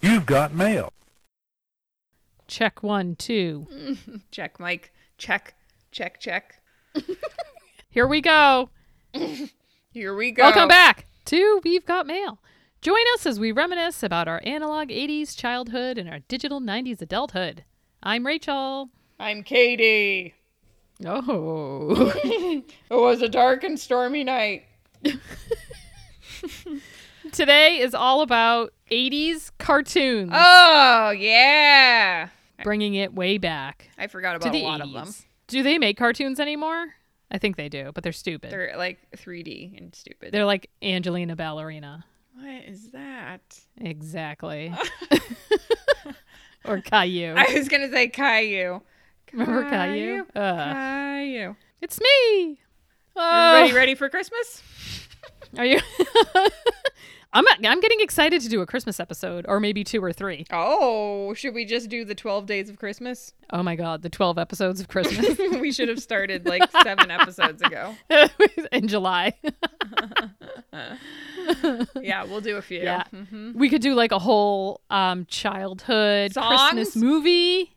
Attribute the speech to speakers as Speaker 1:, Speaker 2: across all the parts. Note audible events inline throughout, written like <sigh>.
Speaker 1: You've got mail.
Speaker 2: Check one, two.
Speaker 3: Check, Mike. Check, check, check.
Speaker 2: Here we go.
Speaker 3: Here we go.
Speaker 2: Welcome back to We've Got Mail. Join us as we reminisce about our analog 80s childhood and our digital 90s adulthood. I'm Rachel.
Speaker 3: I'm Katie.
Speaker 2: Oh.
Speaker 3: <laughs> It was a dark and stormy night.
Speaker 2: <laughs> Today is all about 80s cartoons,
Speaker 3: Oh, yeah.
Speaker 2: bringing it way back
Speaker 3: I forgot
Speaker 2: to
Speaker 3: about
Speaker 2: the
Speaker 3: a lot
Speaker 2: 80s.
Speaker 3: of them.
Speaker 2: Do they make cartoons anymore? I think they do, but they're stupid. They're,
Speaker 3: They're like 3D and stupid.
Speaker 2: like Angelina Ballerina.
Speaker 3: what is that? <laughs>
Speaker 2: Exactly. <laughs> or Caillou.
Speaker 3: I was going to say Caillou.
Speaker 2: Remember Caillou? Uh,
Speaker 3: Caillou.
Speaker 2: it's me.
Speaker 3: Everybody
Speaker 2: Oh.
Speaker 3: ready for Christmas?
Speaker 2: Are you? <laughs> I'm I'm getting excited to do a Christmas episode, or maybe two or three.
Speaker 3: Oh, should we just do the 12 days of Christmas?
Speaker 2: Oh my god, the twelve episodes of Christmas
Speaker 3: <laughs>
Speaker 2: <laughs>
Speaker 3: we should have started like seven episodes <laughs> ago.
Speaker 2: in July.
Speaker 3: Yeah, we'll do a few. <laughs>
Speaker 2: Yeah.
Speaker 3: Mm-hmm.
Speaker 2: We could do like a whole um, childhood
Speaker 3: Songs?
Speaker 2: Christmas movie.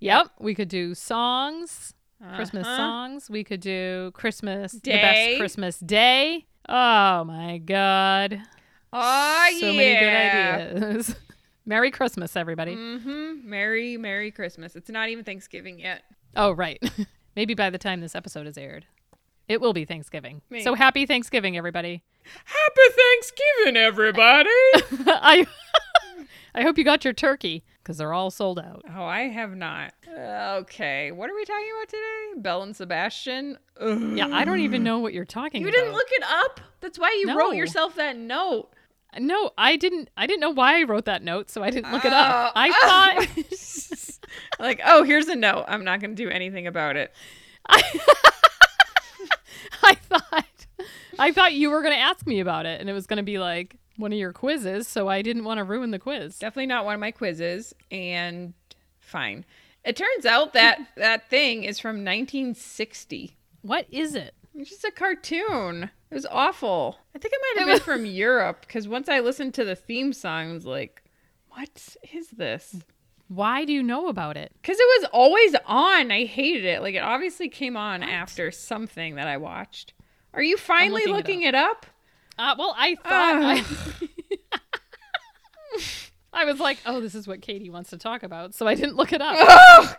Speaker 2: Yep, we could do songs, Christmas
Speaker 3: Uh-huh.
Speaker 2: songs. We could do Christmas the
Speaker 3: Day.
Speaker 2: best Christmas day. Oh my god,
Speaker 3: Oh,
Speaker 2: so
Speaker 3: yeah.
Speaker 2: many good ideas. <laughs> Merry Christmas, everybody.
Speaker 3: Mm-hmm. Merry, Merry Christmas. It's not even Thanksgiving yet.
Speaker 2: Oh, right. <laughs> Maybe by the time this episode is aired, it will be Thanksgiving.
Speaker 3: Maybe.
Speaker 2: So happy Thanksgiving, everybody. <laughs>
Speaker 3: Happy Thanksgiving, everybody. <laughs> oh,
Speaker 2: I <laughs> I hope you got your turkey because they're all sold out.
Speaker 3: Oh, I have not. Okay. What are we talking about today? Belle and Sebastian? Ugh.
Speaker 2: Yeah, I don't even know what you're talking
Speaker 3: You
Speaker 2: about.
Speaker 3: didn't look it up? That's why you
Speaker 2: No.
Speaker 3: wrote yourself that note.
Speaker 2: No, I didn't. I didn't know why I wrote that note, so I didn't look it
Speaker 3: Oh,
Speaker 2: up. I thought <laughs>
Speaker 3: thought. like, oh, here's a note. I'm not going to do anything about it.
Speaker 2: <laughs> I thought I thought you were going to ask me about it, and it was going to be like one of your quizzes. So I didn't want to ruin the quiz.
Speaker 3: Definitely not one of my quizzes. And fine. It turns out <laughs> that that thing is from 1960.
Speaker 2: What is it?
Speaker 3: It's just a cartoon. It was awful. I think it might have been from Europe because once I listened to the theme song, I was like, what is this?
Speaker 2: Why do you know about it?
Speaker 3: Because it was always on. I hated it. Like, it obviously came on after something that I watched. Are you finally
Speaker 2: looking it
Speaker 3: looking, it, up.
Speaker 2: Uh, well, I
Speaker 3: Ah.
Speaker 2: thought <laughs> I, I was like, oh, this is what Katie wants to talk about, so I didn't look it up.
Speaker 3: Oh!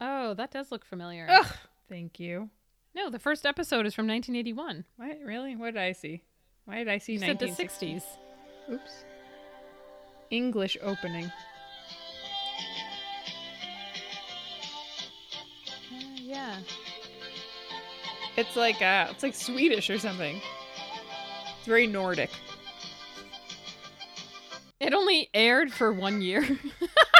Speaker 2: oh, that does look familiar.
Speaker 3: Ugh. Thank you.
Speaker 2: No, the first episode is from 1981.
Speaker 3: What? Really? What did I see? Why did I see
Speaker 2: You said the
Speaker 3: 1960?
Speaker 2: 60s.
Speaker 3: Oops. English opening.
Speaker 2: Uh, yeah.
Speaker 3: It's like uh, it's like Swedish or something. It's very Nordic.
Speaker 2: It only aired for one year.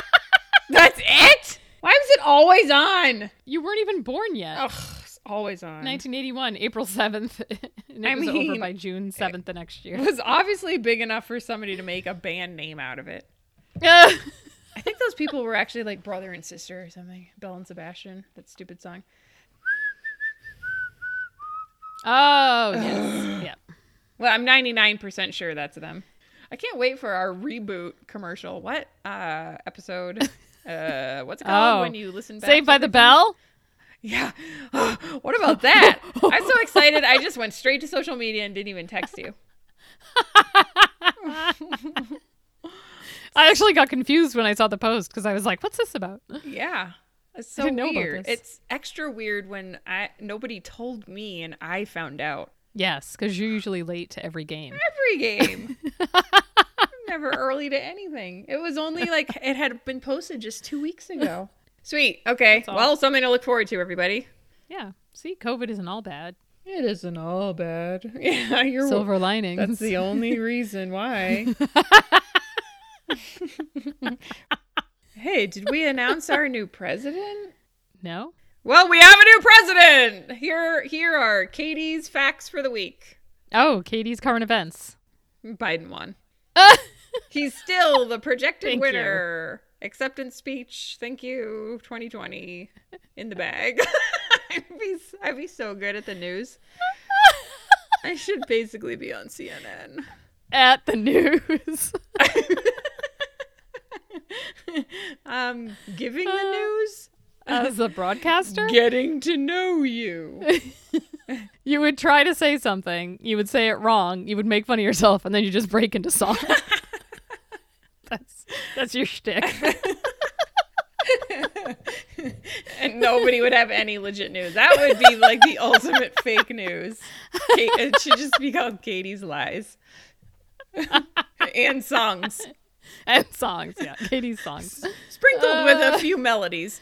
Speaker 2: <laughs>
Speaker 3: That's it? Why was it always on?
Speaker 2: you weren't even born yet.
Speaker 3: Ugh, it's always on.
Speaker 2: 1981, April 7th. <laughs> and it
Speaker 3: I
Speaker 2: was
Speaker 3: mean-
Speaker 2: over by June 7th the next
Speaker 3: It <laughs>
Speaker 2: year. <laughs>
Speaker 3: was obviously big enough for somebody to make a band name out of it. I think those people were actually like brother and sister or something. Belle and Sebastian, that stupid song.
Speaker 2: oh, yes. yeah.
Speaker 3: Well, I'm 99% sure that's them. I can't wait for our reboot commercial. What uh episode? Uh what's it called
Speaker 2: Oh.
Speaker 3: when you listen back?
Speaker 2: Saved by the Bell?
Speaker 3: Yeah. <gasps> what about <laughs> that? I'm so excited. I just went straight to social media and didn't even text you.
Speaker 2: I actually got confused when I saw the post because I was like, what's this about?
Speaker 3: Yeah. It's so
Speaker 2: didn't know about
Speaker 3: weird.
Speaker 2: this.
Speaker 3: It's extra weird when I nobody told me and I found out.
Speaker 2: Yes, because you're usually late to every
Speaker 3: <laughs>
Speaker 2: game. <laughs>
Speaker 3: Every game. Never early to anything. It was
Speaker 2: <laughs>
Speaker 3: only like it had been posted just 2 weeks ago. Sweet. Okay.
Speaker 2: all.
Speaker 3: Well, something to look forward to everybody.
Speaker 2: Yeah. See, COVID isn't all bad.
Speaker 3: It isn't all bad. <laughs> Yeah, you're
Speaker 2: Silver linings.
Speaker 3: <laughs> That's the only reason
Speaker 2: <laughs>
Speaker 3: why. hey, did we announce our new president?
Speaker 2: no?
Speaker 3: Well, we have a new president. Here here are Katie's facts for the week.
Speaker 2: Oh, Katie's current events. <laughs>
Speaker 3: Biden won. He's still the projected
Speaker 2: Thank
Speaker 3: winner. Acceptance speech. Thank you 2020 in the bag. <laughs> I'd, be,
Speaker 2: <laughs>
Speaker 3: I'd be so good at the news. I should basically be on CNN.
Speaker 2: at the news. <laughs>
Speaker 3: <laughs> um, giving
Speaker 2: Uh,
Speaker 3: the news,
Speaker 2: As a broadcaster,
Speaker 3: getting to know you.
Speaker 2: you would try to say something, you would say it wrong, you would make fun of yourself, and then you just break into
Speaker 3: <laughs>
Speaker 2: song. <laughs> that's that's your shtick.
Speaker 3: <laughs> and nobody would have any legit news. That would be like the ultimate fake news. Kate, it should just be called Katie's Lies <laughs> and songs,
Speaker 2: and songs, yeah, Katie's songs.
Speaker 3: sprinkled with a few melodies.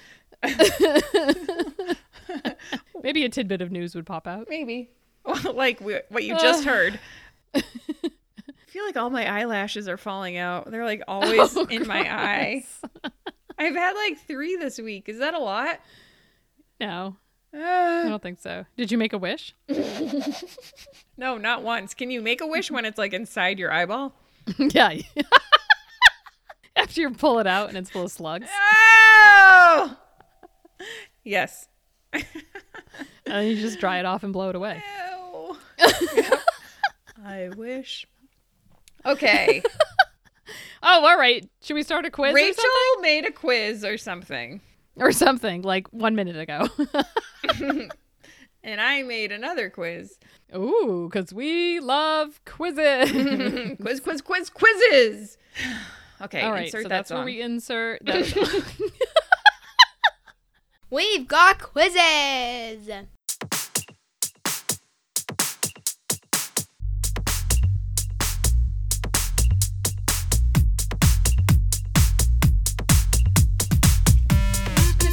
Speaker 2: Maybe a tidbit of news would pop out.
Speaker 3: Maybe. Well, <laughs> like we, what you just heard. I feel like all my eyelashes are falling out. They're like always
Speaker 2: Oh,
Speaker 3: in my eye. I've had like three this week. Is that a lot? <sighs>
Speaker 2: No, I
Speaker 3: Uh,
Speaker 2: don't think so. Did you make a
Speaker 3: <laughs>
Speaker 2: wish? <laughs>
Speaker 3: no, not once. Can you make a wish when it's like inside your eyeball?
Speaker 2: yeah. <laughs> After you pull it out and it's full of slugs,
Speaker 3: Oh! Yes.
Speaker 2: and then you just dry it off and blow it away.
Speaker 3: Ew. I wish. Okay.
Speaker 2: Oh, all right. Should we start a quiz or
Speaker 3: Rachel
Speaker 2: something?
Speaker 3: made a quiz or something,
Speaker 2: or something like one minute ago? <laughs>
Speaker 3: and I made
Speaker 2: <laughs>
Speaker 3: another quiz.
Speaker 2: Ooh, because we love quizzes.
Speaker 3: quiz, quiz, quiz, quizzes. <laughs> Okay,
Speaker 2: all right,
Speaker 3: insert
Speaker 2: so
Speaker 3: that
Speaker 2: that's
Speaker 3: song.
Speaker 2: where we insert. That song.
Speaker 3: <laughs>
Speaker 4: We've got quizzes.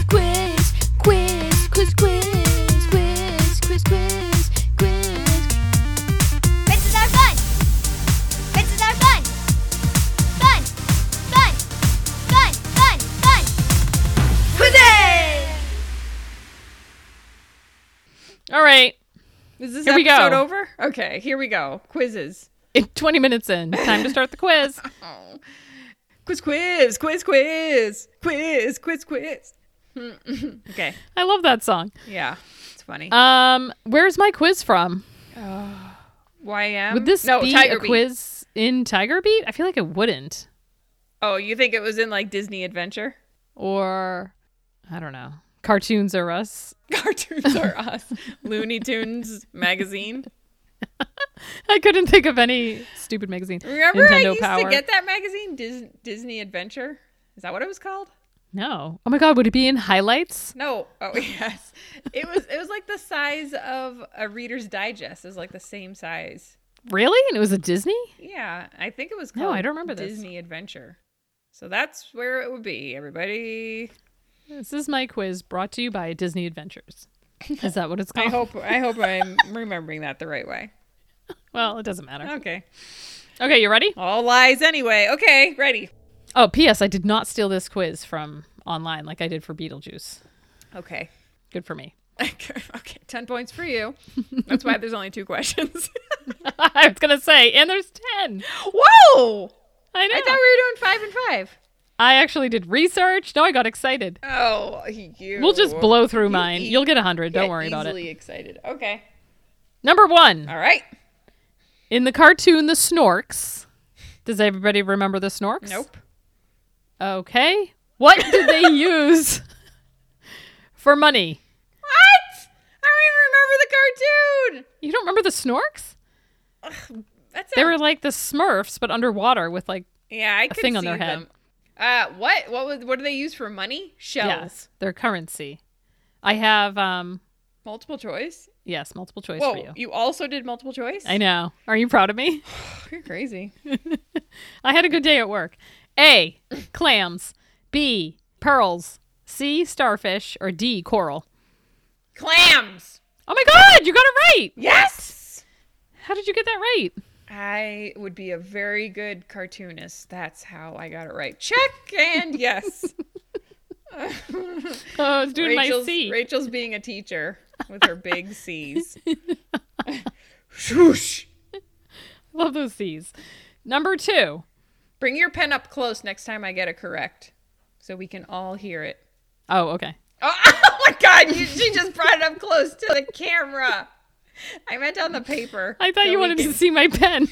Speaker 4: Quiz, quiz, quiz, quiz, quiz, quiz, quiz, quiz. Quizzes are fun. Quizzes are fun. Fun, fun, fun, fun, fun. Quizzes!
Speaker 2: <laughs> all right,
Speaker 3: Is this
Speaker 2: Here we go.
Speaker 3: episode over? Okay, here we go. Quizzes.
Speaker 2: it- twenty minutes in, time to start the quiz. Oh.
Speaker 3: Quiz, quiz, quiz, quiz, quiz,
Speaker 2: <laughs>
Speaker 3: quiz, quiz. okay,
Speaker 2: I love that song.
Speaker 3: yeah, it's funny.
Speaker 2: Um, where's my quiz from?
Speaker 3: YM.
Speaker 2: Would this
Speaker 3: Um, no
Speaker 2: be
Speaker 3: Tiger
Speaker 2: a
Speaker 3: Beat.
Speaker 2: quiz in Tiger Beat? I feel like it wouldn't.
Speaker 3: Oh, you think it was in like Disney Adventure? <laughs>
Speaker 2: Or I don't know. Cartoons or Us. <laughs>
Speaker 3: Cartoons are us. Looney Tunes magazine.
Speaker 2: I couldn't think of any stupid magazine.
Speaker 3: Remember,
Speaker 2: Nintendo
Speaker 3: I used
Speaker 2: Power.
Speaker 3: to get that magazine, Dis- Disney Adventure. Is that what it was called?
Speaker 2: No. Oh my god, would it be in highlights?
Speaker 3: No. Oh <laughs> yes, it was. It was like the size of a Reader's Digest. It was like the same size.
Speaker 2: Really? And it was a Disney?
Speaker 3: Yeah, I think it was
Speaker 2: No,
Speaker 3: called.
Speaker 2: I don't remember this.
Speaker 3: Disney Adventure. So that's where it would be. Everybody.
Speaker 2: This is my quiz brought to you by Disney Adventures. Is that what it's
Speaker 3: <laughs> I
Speaker 2: called?
Speaker 3: hope. I hope I'm remembering that the right way.
Speaker 2: Well, it doesn't matter.
Speaker 3: Okay.
Speaker 2: Okay, you ready?
Speaker 3: All lies anyway. Okay, ready.
Speaker 2: Oh, P.S. I did not steal this quiz from online like I did for Beetlejuice.
Speaker 3: Okay.
Speaker 2: Good for me. <laughs>
Speaker 3: <laughs> okay, 10 points for you. That's why there's only two questions. <laughs>
Speaker 2: I was gonna say, and there's ten.
Speaker 3: Whoa!
Speaker 2: I know.
Speaker 3: I thought we were doing five and five.
Speaker 2: I actually did research. No, I got excited.
Speaker 3: Oh, you.
Speaker 2: We'll just blow through mine.
Speaker 3: e-
Speaker 2: You'll get a 100. Don't worry about it.
Speaker 3: Easily excited. Okay.
Speaker 2: Number one.
Speaker 3: All right.
Speaker 2: In the cartoon, the Snorks. Does everybody remember the Snorks?
Speaker 3: Nope.
Speaker 2: Okay. What did
Speaker 3: <laughs>
Speaker 2: they use for money?
Speaker 3: What? I don't even remember the cartoon.
Speaker 2: You don't remember the Snorks?
Speaker 3: That's
Speaker 2: They
Speaker 3: a-
Speaker 2: were like the Smurfs, but underwater with like,
Speaker 3: yeah, I could
Speaker 2: thing on
Speaker 3: see
Speaker 2: their head.
Speaker 3: them. Uh, what? What was? What do they use for money? Shells.
Speaker 2: yes, their currency. I have, um,
Speaker 3: Multiple choice.
Speaker 2: yes, multiple choice
Speaker 3: Whoa!
Speaker 2: for you.
Speaker 3: you also did multiple choice.
Speaker 2: I know. Are you proud of me?
Speaker 3: <laughs> You're crazy.
Speaker 2: I had a good day at work. A. Clams. B. Pearls. C. Starfish. Or D. Coral.
Speaker 3: Clams.
Speaker 2: Oh my God! You got it right.
Speaker 3: Yes.
Speaker 2: How did you get that right?
Speaker 3: I would be a very good cartoonist. That's how I got it right. Check and yes.
Speaker 2: Oh, I was <laughs> doing my
Speaker 3: Rachel's,
Speaker 2: C.
Speaker 3: Rachel's being a teacher with her big
Speaker 2: <laughs>
Speaker 3: C's. Shoosh.
Speaker 2: Love those C's. Number two.
Speaker 3: Bring your pen up close next time I get it correct so we can all hear it. <laughs>
Speaker 2: Oh, okay.
Speaker 3: Oh, oh my God. You, she just brought it up close to the camera. I meant on the paper.
Speaker 2: I thought
Speaker 3: so
Speaker 2: you
Speaker 3: we
Speaker 2: wanted
Speaker 3: can,
Speaker 2: to
Speaker 3: <laughs>
Speaker 2: see my <laughs> pen.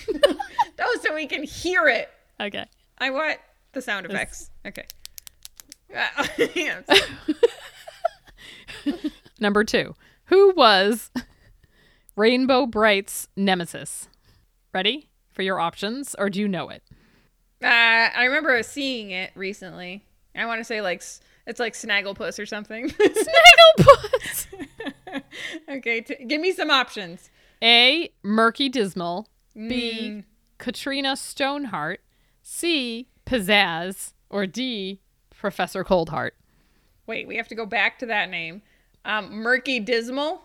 Speaker 3: No, so we can hear it.
Speaker 2: okay.
Speaker 3: I want the sound effects.
Speaker 2: <laughs>
Speaker 3: Okay. Ah, yes.
Speaker 2: Number two. Who was <laughs> Rainbow Bright's nemesis? Ready for your options, or do you <laughs> know it?
Speaker 3: uh, I remember seeing it recently. I want to say like s- it's like Snagglepuss or something. <laughs>
Speaker 2: Snagglepuss!
Speaker 3: okay, t- give me some options.
Speaker 2: A. Murky Dismal. B. Katrina Stoneheart. C. Pizzazz. Or D. Professor Coldheart.
Speaker 3: Wait, we have to go back to that name. Um, Murky Dismal.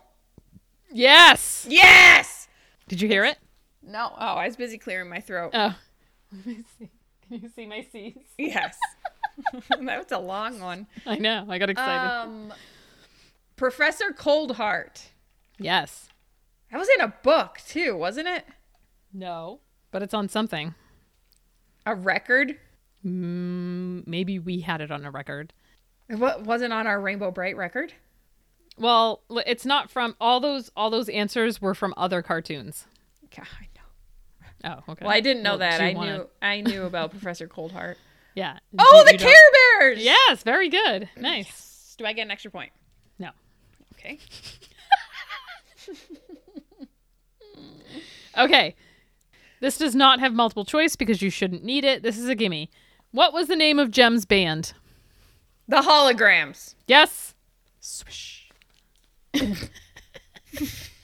Speaker 2: Yes!
Speaker 3: Yes.
Speaker 2: Did you hear it?
Speaker 3: No. Oh, I was busy clearing my <laughs> throat.
Speaker 2: Oh. <laughs> Let me see. Can you see my C's?
Speaker 3: yes. <laughs> that was a long one.
Speaker 2: I know. I got excited.
Speaker 3: Um, Professor Coldheart.
Speaker 2: yes.
Speaker 3: That was in a book too, wasn't it?
Speaker 2: No. But it's on something.
Speaker 3: A record.
Speaker 2: Mm, maybe we had it on a record.
Speaker 3: It wa- wasn't on our Rainbow Bright record.
Speaker 2: Well, l- it's not from all those all those answers were from other cartoons.
Speaker 3: God, I know.
Speaker 2: Oh, okay.
Speaker 3: Well, I didn't
Speaker 2: Well,
Speaker 3: know that.
Speaker 2: do you
Speaker 3: I
Speaker 2: wanna-
Speaker 3: knew. I knew about Professor Coldheart.
Speaker 2: Yeah.
Speaker 3: Oh,
Speaker 2: Do
Speaker 3: the
Speaker 2: you
Speaker 3: Care
Speaker 2: don't-
Speaker 3: Bears.
Speaker 2: Yes, very
Speaker 3: <laughs>
Speaker 2: good. Nice.
Speaker 3: Do I get an extra point?
Speaker 2: No.
Speaker 3: Okay.
Speaker 2: Okay. This does not have multiple choice because you shouldn't need it. This is a gimme. What was the name of Jem's band?
Speaker 3: The holograms.
Speaker 2: Yes.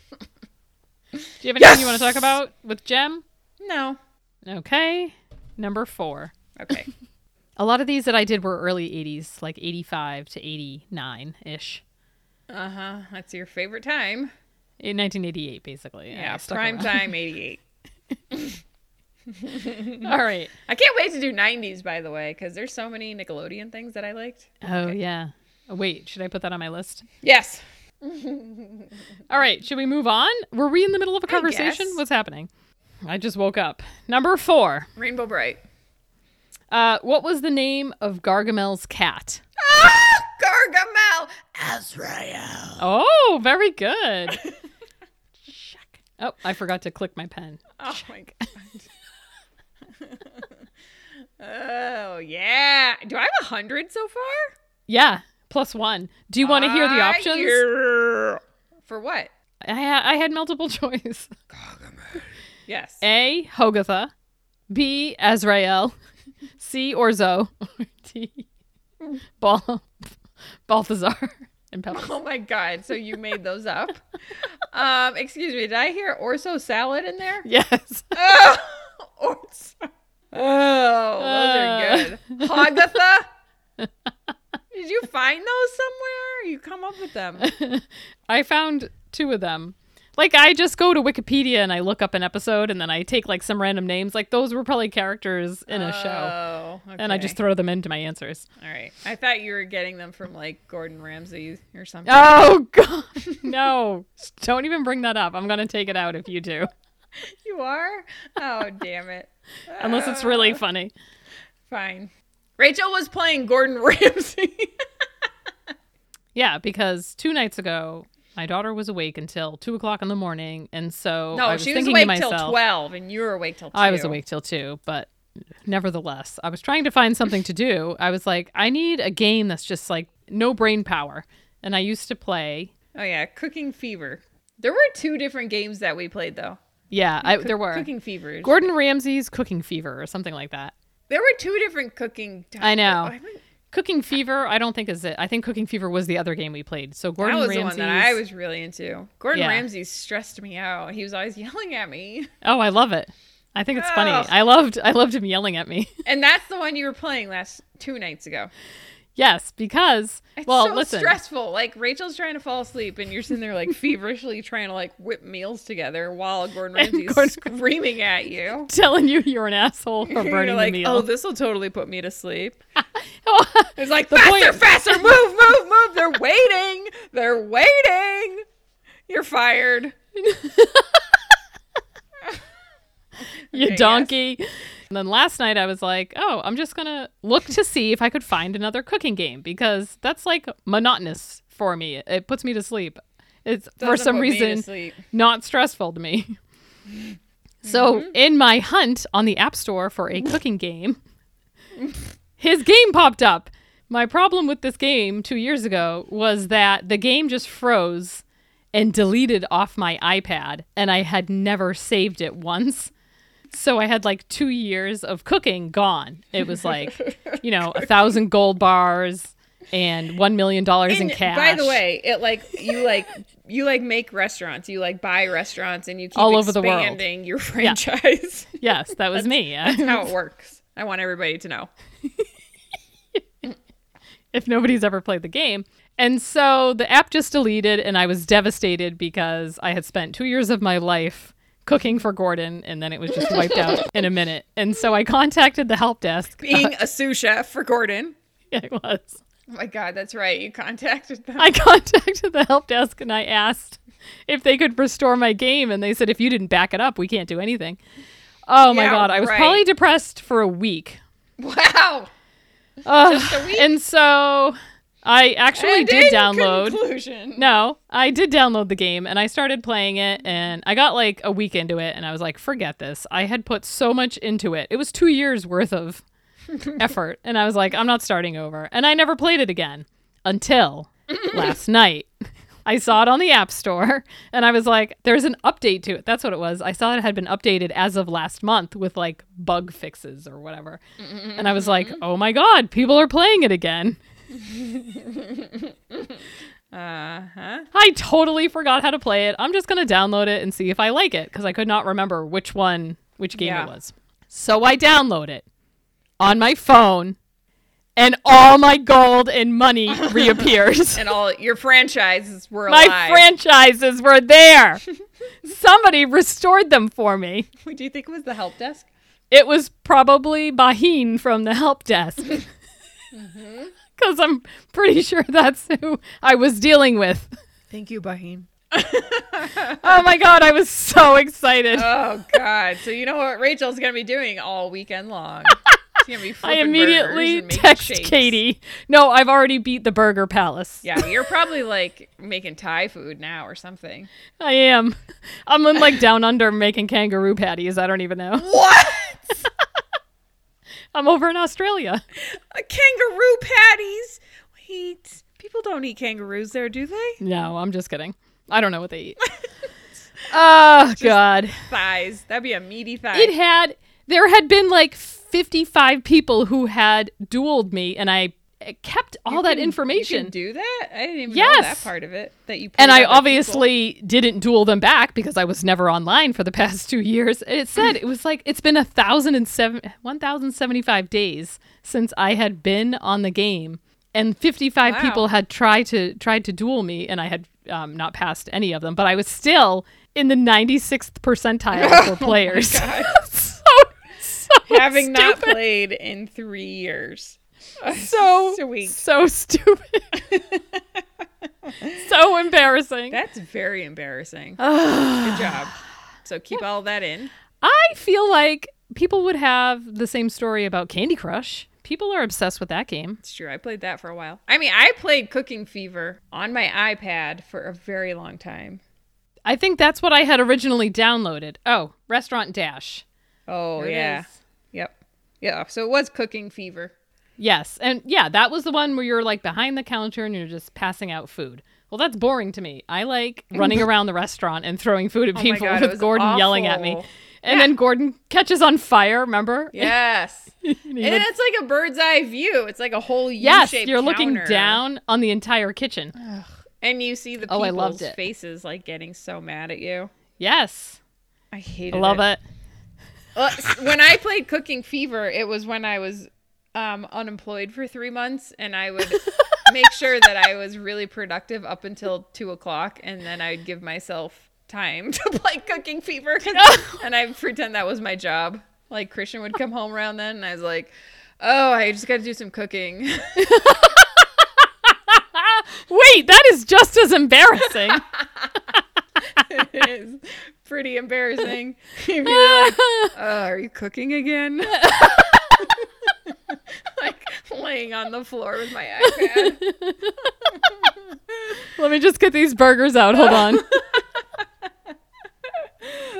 Speaker 2: Swish. Do you have anything you want to talk about with Jem?
Speaker 3: No.
Speaker 2: Okay. Number four.
Speaker 3: Okay. <laughs>
Speaker 2: A lot of these that I did were early 80s, like 85 to 89 ish.
Speaker 3: uh huh. That's your favorite time.
Speaker 2: In 1988, basically.
Speaker 3: Yeah.
Speaker 2: I stuck
Speaker 3: prime
Speaker 2: around.
Speaker 3: time <laughs> '88.
Speaker 2: <laughs> All
Speaker 3: <laughs>
Speaker 2: right.
Speaker 3: I can't wait to do '90s, by the way, because there's so many Nickelodeon things that I liked.
Speaker 2: Oh, yeah. Oh, Wait, should I put that on my list?
Speaker 3: Yes.
Speaker 2: All right, should we move on? Were we in the middle of a conversation?
Speaker 3: guess.
Speaker 2: What's happening? I just woke up. Number four.
Speaker 3: Rainbow Bright.
Speaker 2: Uh, what was the name of Gargamel's
Speaker 3: <gasps>
Speaker 2: cat?
Speaker 3: Ah, Gargamel. Azrael.
Speaker 2: Oh, very good.
Speaker 3: <laughs>
Speaker 2: Check. Oh, I forgot to click my pen.
Speaker 3: Oh my god. <laughs> oh yeah. Do I have a hundred so far?
Speaker 2: Yeah, plus one. Do you want to hear the
Speaker 3: I
Speaker 2: options?
Speaker 3: hear- For what?
Speaker 2: I, ha- I had multiple <laughs> choice.
Speaker 3: Yes.
Speaker 2: A. Hogatha. B. Azrael. C. Orzo. <laughs> D. Bal- Balthazar. And Pepper.
Speaker 3: <laughs> oh my god. So you made those up. um, excuse me, did I hear orso salad in <laughs> there?
Speaker 2: <laughs> Yes.
Speaker 3: Oh, <laughs> orso. Oh, those are good. Hogatha? <laughs> Did you find those somewhere? You come up with <laughs> them.
Speaker 2: I found two of them. Like I just go to Wikipedia and I look up an episode and then I take like some random names. Like those were probably characters in a show.
Speaker 3: Oh,
Speaker 2: And I
Speaker 3: okay.
Speaker 2: just throw them into my answers.
Speaker 3: All right. I thought you were getting them from like Gordon Ramsay or something.
Speaker 2: Oh god. <laughs> No. Don't even bring that up. I'm going to take it out if you do.
Speaker 3: You are? Oh, damn it.
Speaker 2: Unless it's <laughs> really funny.
Speaker 3: Fine. Rachel was playing Gordon <laughs> Ramsay.
Speaker 2: Yeah, because two nights ago, my daughter was awake until two o'clock in the morning, and so
Speaker 3: no,
Speaker 2: I was
Speaker 3: she was
Speaker 2: thinking
Speaker 3: awake
Speaker 2: to myself,
Speaker 3: till 12 and you were awake till 2.
Speaker 2: I was awake till two, but nevertheless, I was trying to find something to do. I was like, I need a game that's just like no brain power, and I used to play.
Speaker 3: Oh yeah, Cooking Fever. There were two different games that we played though.
Speaker 2: Yeah, I, there were
Speaker 3: Cooking Fever.
Speaker 2: Gordon Ramsay's Cooking Fever or something like that.
Speaker 3: there were two different cooking t-
Speaker 2: I know.
Speaker 3: haven't-
Speaker 2: Cooking Fever, I don't think is it. I think Cooking Fever was the other game we played. So
Speaker 3: That
Speaker 2: Gordon
Speaker 3: was
Speaker 2: Ramsay's.
Speaker 3: the one that I was really into. Gordon
Speaker 2: Yeah.
Speaker 3: Ramsay stressed me out. He was always <laughs> yelling at me.
Speaker 2: Oh, I love it. I think it's funny.
Speaker 3: Ugh.
Speaker 2: I loved. I loved him yelling at me. <laughs>
Speaker 3: And that's the one you were playing last two nights ago.
Speaker 2: Yes, because
Speaker 3: It's
Speaker 2: well,
Speaker 3: so
Speaker 2: listen.
Speaker 3: stressful. Like Rachel's trying to fall asleep, and you're sitting there like <laughs> feverishly trying to like whip meals together while
Speaker 2: <laughs>
Speaker 3: Gordon Ramsay's
Speaker 2: Gordon-
Speaker 3: screaming at
Speaker 2: <laughs>
Speaker 3: you.
Speaker 2: <laughs> Telling you you're an
Speaker 3: <laughs>
Speaker 2: asshole for
Speaker 3: You're
Speaker 2: burning
Speaker 3: like,
Speaker 2: the meal.
Speaker 3: oh, this will totally put me to sleep.
Speaker 2: <laughs>
Speaker 3: <laughs>
Speaker 2: Oh,
Speaker 3: It's like
Speaker 2: The
Speaker 3: faster,
Speaker 2: point-
Speaker 3: faster, move, move, move. They're waiting. They're waiting. You're fired.
Speaker 2: you
Speaker 3: yes.
Speaker 2: donkey. And then last night I was like, oh, I'm just going to look to see if I could find another cooking game because that's like monotonous for me. It puts me to sleep. It's for
Speaker 3: Doesn't
Speaker 2: some
Speaker 3: put me to
Speaker 2: reason
Speaker 3: sleep.
Speaker 2: not stressful to me. So,
Speaker 3: Mm-hmm.
Speaker 2: in my hunt on the App Store for a cooking game, his game popped up. My problem with this game two years ago was that the game just froze and deleted off my iPad, and I had never saved it once. So, I had like two years of cooking gone. It was
Speaker 3: <laughs>
Speaker 2: like, you know, a thousand gold bars and $1 million in
Speaker 3: And
Speaker 2: cash.
Speaker 3: By the way, it like you like you like make restaurants, you like buy restaurants, and you keep
Speaker 2: All over the world.
Speaker 3: expanding
Speaker 2: <laughs>
Speaker 3: your franchise.
Speaker 2: yes, that was me.
Speaker 3: That's how it works. I want everybody to
Speaker 2: Uh,
Speaker 3: know.
Speaker 2: if nobody's ever played the game. And so the app just deleted, and I was devastated because I had spent two years of my life cooking for Gordon, and then it was just wiped
Speaker 3: <laughs>
Speaker 2: out in a minute. And so I contacted the help desk. <laughs>
Speaker 3: Being a sous chef for Gordon.
Speaker 2: It was.
Speaker 3: Oh my god, that's right. You contacted them.
Speaker 2: I <laughs> contacted the help desk and I asked if they could restore my game, and they said if you didn't back it up, we can't do anything. Oh my
Speaker 3: Yeah,
Speaker 2: god, I was
Speaker 3: right.
Speaker 2: probably depressed for a week.
Speaker 3: <laughs> wow.
Speaker 2: Ugh.
Speaker 3: a week?
Speaker 2: And so I actually
Speaker 3: And
Speaker 2: did
Speaker 3: in
Speaker 2: download.
Speaker 3: Conclusion.
Speaker 2: <laughs> No, I did download the game and I started playing it and I got like a week into it and I was like, forget this. I had put so much into it. It was two years worth of <laughs> effort. And I was like, I'm not starting over. And I never played it again until last night. I saw it on the App Store <laughs> and I was like, there's an update to it. That's what it was. I saw it had been updated as of last month with like bug fixes or whatever. And I was like, oh my God, people are playing it again. I totally forgot how to play it. I'm just going to download it and see if I like it because I could not remember which one, which game
Speaker 3: Yeah.
Speaker 2: it was. So I download it on my phone and all my gold and
Speaker 3: <laughs>
Speaker 2: money reappears.
Speaker 3: And all your franchises were
Speaker 2: my
Speaker 3: alive. <laughs>
Speaker 2: franchises were there. Somebody restored them for me.
Speaker 3: Who do you think was the help desk?
Speaker 2: It was probably Baheen from the help desk.
Speaker 3: Mm-hmm.
Speaker 2: <laughs> Because I'm pretty sure that's who I was dealing with.
Speaker 3: Thank you, Baheen. <laughs>
Speaker 2: Oh my God, I was so excited.
Speaker 3: Oh God! So you know what Rachel's gonna be doing all weekend long? She's gonna
Speaker 2: <laughs>
Speaker 3: be.
Speaker 2: I
Speaker 3: flipping burgers
Speaker 2: immediately
Speaker 3: and making
Speaker 2: text
Speaker 3: shakes.
Speaker 2: Katie. No, I've already beat the Burger Palace.
Speaker 3: Yeah, you're probably like making Thai food now or something.
Speaker 2: I am. I'm in like down under making kangaroo patties. I don't even know.
Speaker 3: What?
Speaker 2: I'm over in Australia.
Speaker 3: kangaroo patties? Wait, people don't eat kangaroos there, do they?
Speaker 2: No, I'm just kidding. I don't know what they
Speaker 3: <laughs>
Speaker 2: eat. oh God.
Speaker 3: Thighs. That'd be a meaty thigh.
Speaker 2: It had there had been like 55 people who had dueled me and I uh, kept all that
Speaker 3: You
Speaker 2: information.
Speaker 3: can do that? I didn't even know that
Speaker 2: Yes.
Speaker 3: part of it. That you.
Speaker 2: and
Speaker 3: played
Speaker 2: I
Speaker 3: other
Speaker 2: obviously didn't duel them back because I was never online for the <laughs> past two years. And It said it was like it's been a thousand and seven, one thousand seventy-five days since I had been on the game, and fifty-five
Speaker 3: Wow.
Speaker 2: people had tried to tried to duel me, and I had um, not passed any of them. But I was still in the ninety-sixth percentile
Speaker 3: <laughs>
Speaker 2: for players.
Speaker 3: Oh
Speaker 2: so, so
Speaker 3: people. <laughs> having not
Speaker 2: stupid.
Speaker 3: played in three years.
Speaker 2: <laughs> so
Speaker 3: Sweet.
Speaker 2: so stupid, <laughs> so embarrassing.
Speaker 3: That's very
Speaker 2: <sighs>
Speaker 3: embarrassing. Good job. So keep all that in.
Speaker 2: I feel like people would have the same story about Candy Crush. People are obsessed with that game.
Speaker 3: It's true. I played that for a while. I mean, I played Cooking Fever on my iPad for a very long time.
Speaker 2: I think that's what I had originally downloaded. Oh, Restaurant Dash.
Speaker 3: Oh
Speaker 2: There it
Speaker 3: yeah.
Speaker 2: is.
Speaker 3: Yep. Yeah. So it was
Speaker 2: <laughs>
Speaker 3: Cooking Fever.
Speaker 2: Yes. And yeah, that was the one where you're like behind the counter and you're just passing out food. Well, that's boring to me. I
Speaker 3: <laughs>
Speaker 2: like running around the restaurant and throwing food at
Speaker 3: Oh my
Speaker 2: people
Speaker 3: God, it
Speaker 2: with
Speaker 3: was
Speaker 2: Gordon yelling at me.
Speaker 3: awful.
Speaker 2: And then Gordon catches on fire, remember? <laughs>
Speaker 3: Yes. and
Speaker 2: And he would-
Speaker 3: it's like a bird's eye view. It's like a whole
Speaker 2: yes,
Speaker 3: U-shaped
Speaker 2: you're looking
Speaker 3: counter.
Speaker 2: down on the entire kitchen.
Speaker 3: <sighs> and you see the
Speaker 2: Oh,
Speaker 3: people's
Speaker 2: I loved it.
Speaker 3: faces like getting so mad at you.
Speaker 2: Yes.
Speaker 3: I hated
Speaker 2: I love
Speaker 3: it.
Speaker 2: it.
Speaker 3: Well, Uh, s- when I played Cooking Fever, it was when I was um, unemployed for three months, and I would make sure that I was really productive up until two o'clock, and then I'd give myself time <laughs> to play Cooking Fever, 'cause- and I pretend that was my job. Like Christian would come home around then, and I was like, "Oh, I just got to do some cooking." <laughs>
Speaker 2: Wait, that is just as
Speaker 3: <laughs>
Speaker 2: embarrassing.
Speaker 3: it's pretty embarrassing. You'd be like, "Uh, are you cooking again? <laughs> like laying on the floor with my iPad.
Speaker 2: Let me me just get these burgers out. Hold
Speaker 3: <laughs>
Speaker 2: on. <laughs>